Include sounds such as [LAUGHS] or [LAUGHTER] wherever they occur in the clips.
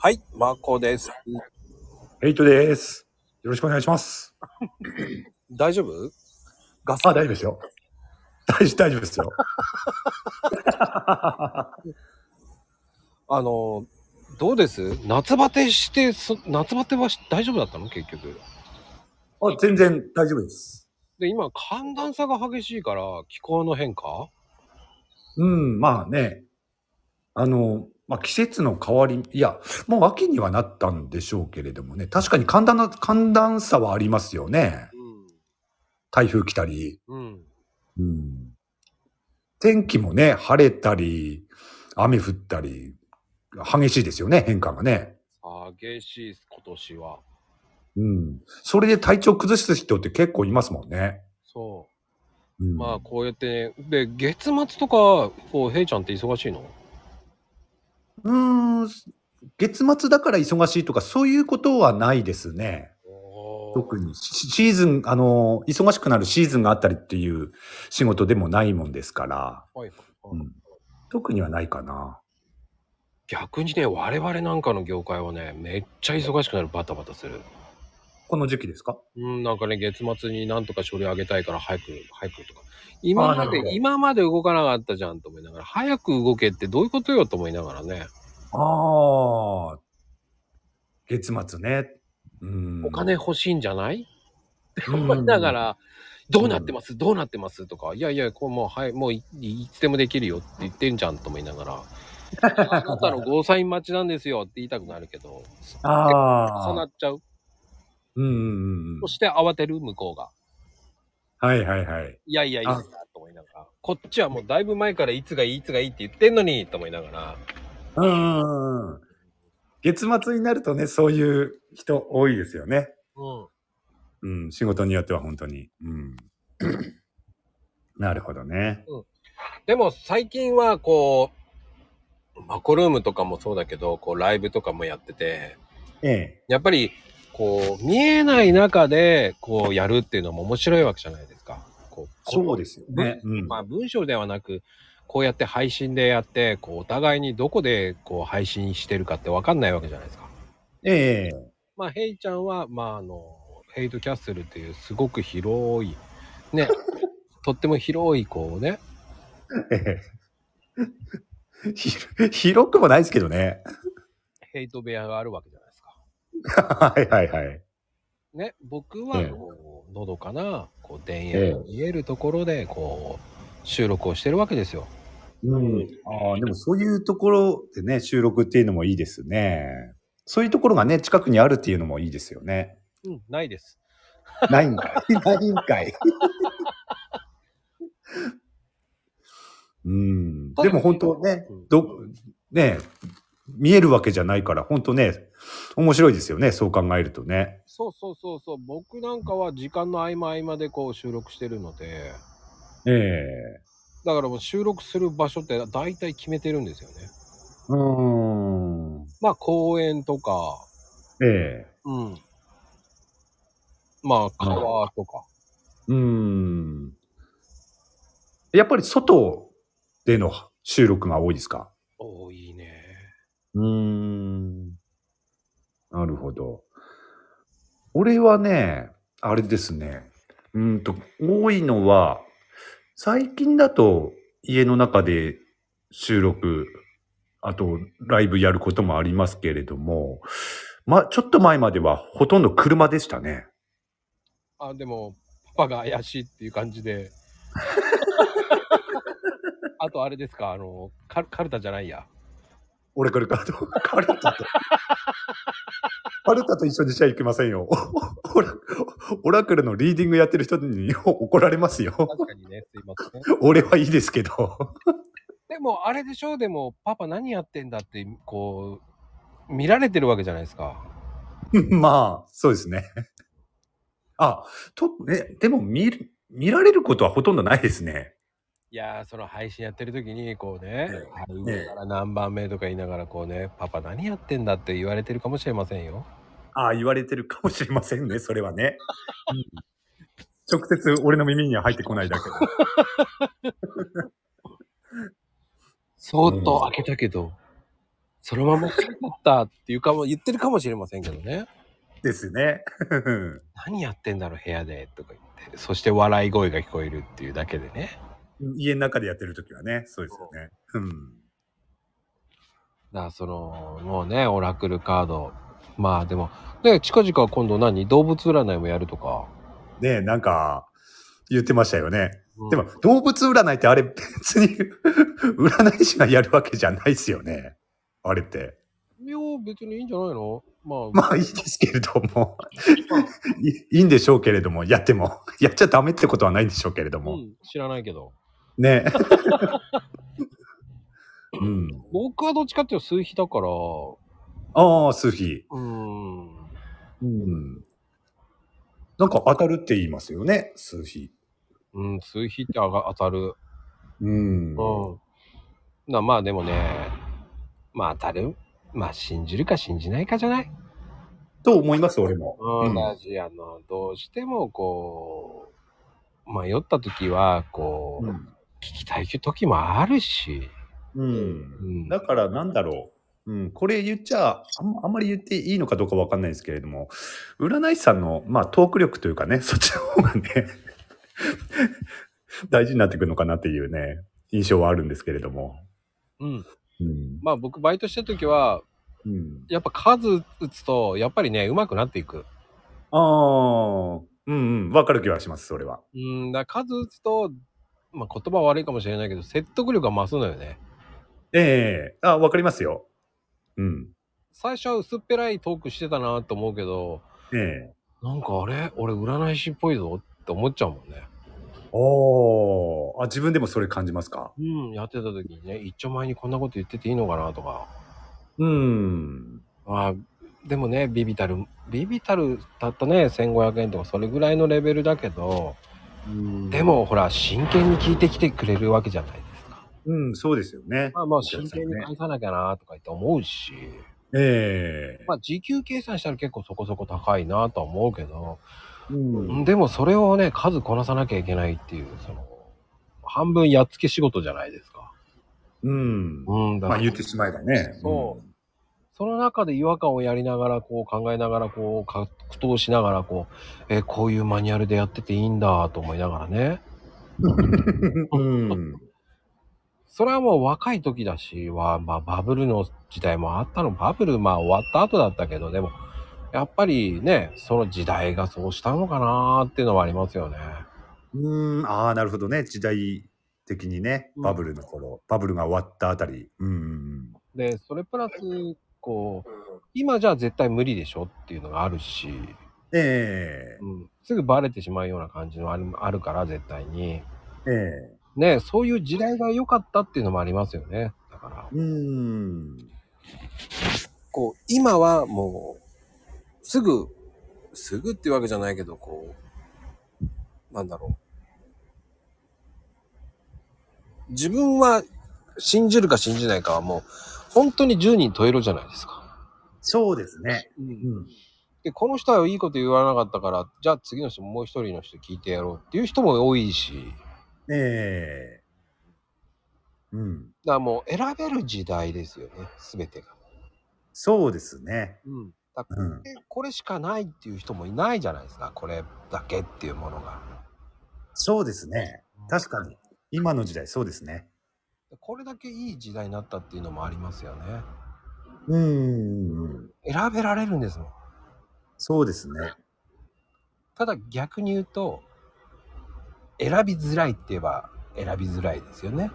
はい、マーコです。エイトです。よろしくお願いします。大丈夫ガスあ、大丈夫ですよ。大丈夫大丈夫ですよ。あの、どうです夏バテして、そ夏バテはし大丈夫だったの結局。 [LAUGHS] あ、全然大丈夫です。で、今、寒暖差が激しいから、気候の変化うん、まあね。あの、まあ季節の変わり、いや、もう秋にはなったんでしょうけれどもね。確かに寒暖な、寒暖差はありますよね。台風来たり。うん。うん。うん。天気もね、晴れたり、雨降ったり、激しいですよね、変化がね。激しいです、今年は。うん。それで体調崩す人って結構いますもんね。そうう。ん、まあ、こうやって、ね、で、月末とか、こう、ヘイちゃんって忙しいのうーん、月末だから忙しいとか、そういうことはないですね。特にシシーズン、あの、忙しくなるシーズンがあったりっていう仕事でもないもんですから、はい、はいうん特にはないかな。逆にね、我々なんかの業界はね、めっちゃ忙しくなる、バタバタする。この時期ですかうん、なんかね、月末になんとか書類上げたいから早く、早くとか。今まなるほで、ど今まで動かなかったじゃんと思いながら、早く動けってどういうことよと思いながらね、ああ、月末ね。うん。お金欲しいんじゃないってうん思いながら、どうなってますどうなってますとか、いやいや、こうもう、はい、もういいつでもできるよって言ってんじゃんと思いながら、あなたのゴーサイン待ちなんですよって言いたくなるけど、重あなあ。っちゃう。うんうんうんそ。して慌てる、向こうが。はいはいはい。いやいや、いいあなと思いながら、こっちはもうだいぶ前からいつがいい、いつがいいって言ってんのに、と思いながら、うんうんうん。月末になるとね、そういう人多いですよね。うん。うん、仕事によっては本当に。うん。 [COUGHS] なるほどね。でも最近はこう、マコルームとかもそうだけど、こうライブとかもやってて、ええ。やっぱりこう見えない中でこうやるっていうのも面白いわけじゃないですか。こうそうですよね。こう。うんまあ文章ではなく、こうやって配信でやって、こうお互いにどこでこう配信してるかってわかんないわけじゃないですか。ええ。 [LAUGHS] まあ、ヘイちゃんは、まあ、あの、ヘイトキャッスルっていうすごく広い、 [LAUGHS] ね、とっても広いこうね、ええひ広くもないですけどね。 [LAUGHS] ヘイト部屋があるわけじゃないですか。はいはいはい。ね、僕はええこう、のどかな、こう、田ええ園が見えるところで、こう、収録をしてるわけですよ。うん。ああ、でもそういうところでね、収録っていうのもいいですね。そういうところがね、近くにあるっていうのもいいですよね。うん、ないです。ないんか [LAUGHS] い。ないんかい。うん。でも本当ね、うんど、ねえ、見えるわけじゃないから、本当ね、面白いですよね、そう考えるとね。そうそうそうそう、僕なんかは時間の合間合間でこう収録してるので、ええだからもう収録する場所って大体決めてるんですよね。うーん。まあ、公園とか、ええうん。まあ、川とか。うーん。やっぱり外での収録が多いですかおーいいね。うーん。なるほど。俺はね、あれですね。うーんと、多いのは、最近だと家の中で収録、あとライブやることもありますけれども、ま、ちょっと前まではほとんど車でしたね。あ、でも、パパが怪しいっていう感じ [LAUGHS] で。あと、あれですか、あの、カルカルタじゃないや。俺からカルタ、カルタと。 [LAUGHS] カルタと一緒にしちゃいけませんよ。 [LAUGHS] オラオラクルのリーディングやってる人に怒られますよ。確かにね、すいません。俺はいいですけど。 [LAUGHS] でも、あれでしょう、でも、パパ何やってんだって、こう、見られてるわけじゃないですか。まあ、そうですね。あ、と、ね、でも見る、見られることはほとんどないですね。いやー、その配信やってる時に、こうねええ、あ上から何番目とか言いながら、こうね、パパ何やってんだって言われてるかもしれませんよ。ああ、言われてるかもしれませんね、それはね。うん直接俺の耳には入ってこないだけ。そーっと開けたけど、そのまま帰ったっていうかも、言ってるかもしれませんけどね。ですね。 [LAUGHS] 何やってんだろう、部屋で、とか言って。そして笑い声が聞こえるっていうだけでね。家の中でやってる時はね、そうですよね。うん。だからその、もうね、オラクルカード。まあでも、で、近々今度何動物占いもやるとか。ねえ、なんか、言ってましたよね。うんでも、動物占いってあれ別に、 [LAUGHS] 占い師がやるわけじゃないですよね。あれって。いや、別にいいんじゃないのまあ、まあいいですけれど [LAUGHS] も、いいい [LAUGHS] んでしょうけれども、やっても、やっちゃダメってことはないんでしょうけれどうも。ん、知らないけど。 [LAUGHS] ねえ。うん。僕はどっちかっていうと数比だから、ああ、数比。うん。うん。なんか当たるって言いますよね、数比。うん、数比ってあが当たる。うん。うん。なまあでもね、まあ当たる。まあ信じるか信じないかじゃない。と思います、俺も。うん。うんだし、あの、どうしてもこう、迷った時は、こう、聞きたい時もあるし。うんう。ん。だからなんだろう。うん、これ言っちゃあん、あんまり言っていいのかどうかわかんないですけれども、占い師さんの、まあ、トーク力というかね、そ [LAUGHS] っちの方がね、大事になってくるのかなっていうね、印象はあるんですけれども。うん。うん。まあ僕バイトした時は、うん、やっぱ数打つと、やっぱりね、上手くなっていく。ああ、うんうん、わかる気はします、それは。うん、だから数打つと、まあ言葉は悪いかもしれないけど、説得力が増すのよね。ええあ、わかりますよ。うん。最初は薄っぺらいトークしてたなと思うけど、ええなんかあれ俺占い師っぽいぞって思っちゃうもんね。おーあ、自分でもそれ感じますかうん、やってた時にね、一丁前にこんなこと言ってていいのかなとか。うん。あでもね、ビビたる、ビビたるたったね、1500円とかそれぐらいのレベルだけど、で、もほら、真剣に聞いてきてくれるわけじゃないですか。うん、そうですよね。まあまあ、真剣に返さなきゃなとか言って思うし、ええまあ時給計算したら結構そこそこ高いなとは思うけど、うんでもそれをね、数こなさなきゃいけないっていう、その、半分やっつけ仕事じゃないですか。うん。うん、だかまあら言ってしまえばね。そうその中で違和感をやりながら、こう考えながら、こう格闘しながら、こう、え、こういうマニュアルでやってていいんだと思いながらね。うん。うん。それはもう若い時だし、は、まあバブルの時代もあったの、バブルまあ終わった後だったけど、でも、やっぱりね、その時代がそうしたのかなーっていうのはありますよね。うん。ああ、なるほどね。時代的にね、バブルの頃、バブルが終わったあたり。うん。で、それプラス、こう、今じゃ絶対無理でしょっていうのがあるし、えうん、すぐバレてしまうような感じのあるあるから、絶対に。ええね、そういう時代が良かったっていうのもありますよね。だからえ、うん。こう、今はもう、すぐ、すぐっていうわけじゃないけど、こう、なんだろう。自分は信じるか信じないかはもう、本当に10人十色じゃないですか。そうですね。うん。で、この人はいいこと言わなかったから、じゃあ次の人ももう一人の人聞いてやろうっていう人も多いし、ええうん。だからもう選べる時代ですよね、すべてが。そうですね。うん。だからうん。でこれしかないっていう人もいないじゃないですかこれだけっていうものがそうですね。確かに。今の時代、そうですね。これだけいい時代になったっていうのもありますよねうん。選べられるんですもんそうですね。ただ逆に言うと選びづらいって言えば選びづらいですよね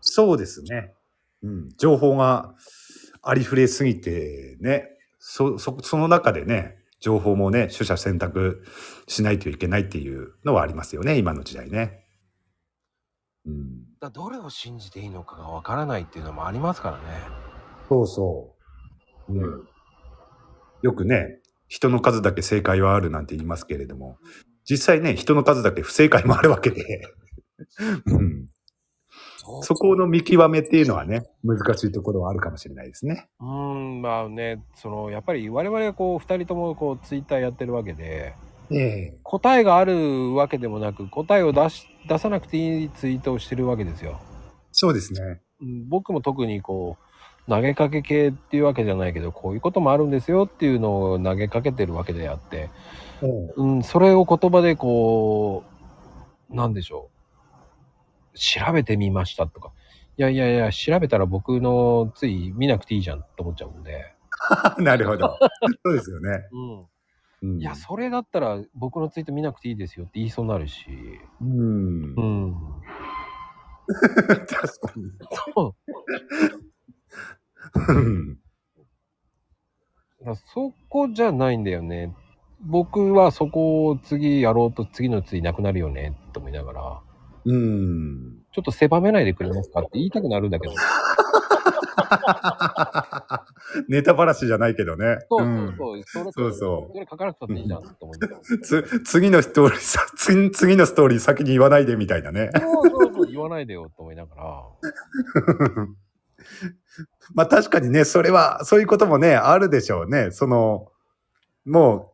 そうですね。うん、情報がありふれすぎてね、そ、そ、その中でね、情報もね、取捨選択しないといけないっていうのはありますよね、今の時代ね。うん。だからどれを信じていいのかがわからないっていうのもありますからねそうそう。うん。よくね、人の数だけ正解はあるなんて言いますけれども、実際ね、人の数だけ不正解もあるわけで、うん。そそこの見極めっていうのはね、難しいところはあるかもしれないですね。うーんまあねそのやっぱり我々はこう2人ともこうツイッターやってるわけでええ。答えがあるわけでもなく答えを出し出さなくていいツイートをしてるわけですよそうですね。うん僕も特にこう投げかけ系っていうわけじゃないけど、こういうこともあるんですよっていうのを投げかけてるわけであって、うんうん、それを言葉でこう、なんでしょう。調べてみましたとか。いやいやいや、調べたら僕のつい見なくていいじゃんって思っちゃうんで。 [LAUGHS] なるほど。そうですよね。うん。うんいや、それだったら僕のツイート見なくていいですよって言いそうになるし。うんう。ん。確かに。そううんだからそこじゃないんだよね。僕はそこを次やろうと次のついなくなるよねと思いながら、うん。ちょっと狭めないでくれますかって言いたくなるんだけど。ネタばらしじゃないけどね。そううんそうそう。そうそうそれ書かなくたっていいじゃんと思って。 [LAUGHS] つ次のストーリーさ [LAUGHS] 次、次のストーリー先に言わないでみたいなね。 [LAUGHS] そうそうそう、言わないでよと思いながら。まあ確かにね、それは、そういうこともね、あるでしょうね。その、も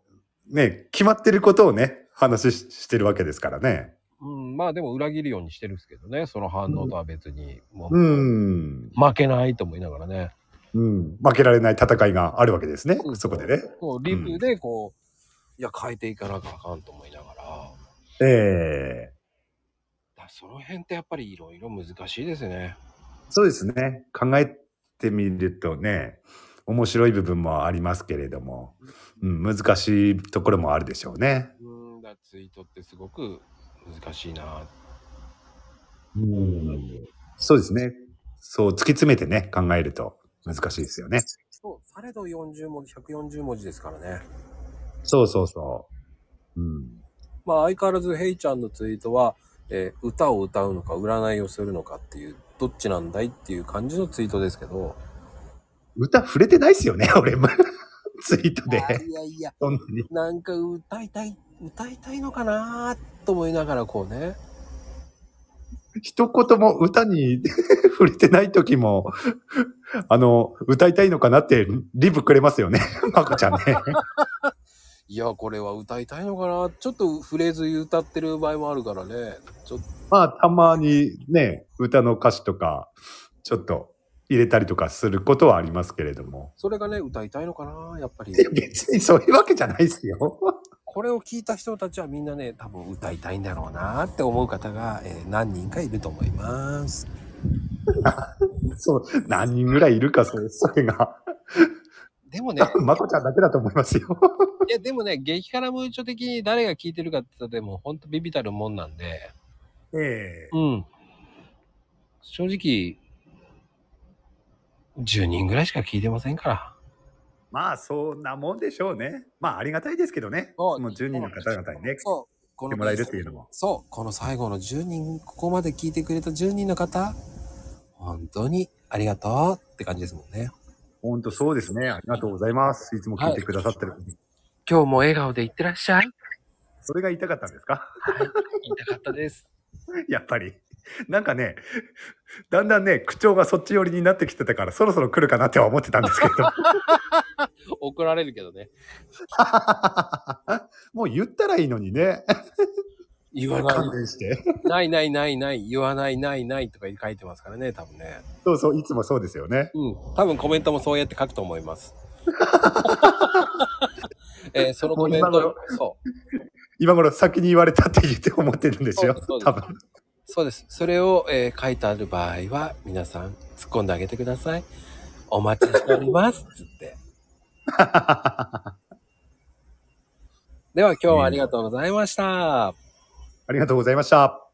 う、ね、決まってることをね、話ししてるわけですからね。うん、まあでも裏切るようにしてるんですけどね、その反応とは別に。もうう、ん。負けないと思いながらね。うん。負けられない戦いがあるわけですねう。んそこでね。こう、リプでこう、いや、変えていかなきゃあかんと思いながら。だかええらその辺ってやっぱりいろいろ難しいですね。そうですね。考えてみるとね、面白い部分もありますけれども、うん、難しいところもあるでしょうね。うんだ、ツイートってすごく難しいな。うんそうですね。そう、突き詰めてね、考えると難しいですよね。そう、されど40文字、140文字ですからね。そうそうそう。うん。まあ相変わらずヘイちゃんのツイートは、えー歌を歌うのか占いをするのかっていう、どっちなんだいっていう感じのツイートですけど。歌触れてないですよね、俺も。 [LAUGHS] ツイートであ。いやいや、そんなに。なんか歌いたい、歌いたいのかなーと思いながらこうね。一言も歌に [LAUGHS] 触れてない時も、あの、歌いたいのかなってリプくれますよね。 [LAUGHS] まこちゃんね。いや、これは歌いたいのかなちょっとフレーズ歌ってる場合もあるからね。ちょっとまあ、たまにね、歌の歌詞とか、ちょっと入れたりとかすることはありますけれども。それがね、歌いたいのかなやっぱりい。や別にそういうわけじゃないですよ。 [LAUGHS] これを聞いた人たちはみんなね、多分歌いたいんだろうなって思う方が、えー何人かいると思います。そう、何人ぐらいいるか、それそれが。で [LAUGHS] [LAUGHS] もね多、分まこちゃんだけだと思いますよ。いやでもね、激辛ムーチョ的に誰が聞いてるかって言ったらでもほんとビビたるもんなんで、ええうん。正直、10人ぐらいしか聞いてませんから。まあ、そんなもんでしょうね。まあ、ありがたいですけどね。そそうの10人の方々にね、来そう。こてもらえるっていうのも。そう。この最後の10人、ここまで聞いてくれた10人の方、本当にありがとうって感じですもんね。本当そうですね。ありがとうございます。いつも聞いてくださってる。今日も笑顔でいってらっしゃい。それが言いたかったんですか [LAUGHS] 言いたかったです。やっぱり。なんかね、だんだんね、口調がそっち寄りになってきてたから、そろそろ来るかなっては思ってたんですけど。怒られるけどね。 [LAUGHS] もう言ったらいいのにね。言わ勘な弁して。い。ないないないない。言わないないないとか書いてますからね、多分ね。そうそう、いつもそうですよね。うん。多分コメントもそうやって書くと思い [LAUGHS] ます。えーそのコメンもう今ト頃、そう。今頃先に言われたって言って思ってるんですよそうです。多分。そうです。それを、えー書いてある場合は、皆さん突っ込んであげてください。お待ちしております。つって。 [LAUGHS] あでは今日はありがとうございました。りがとうございました。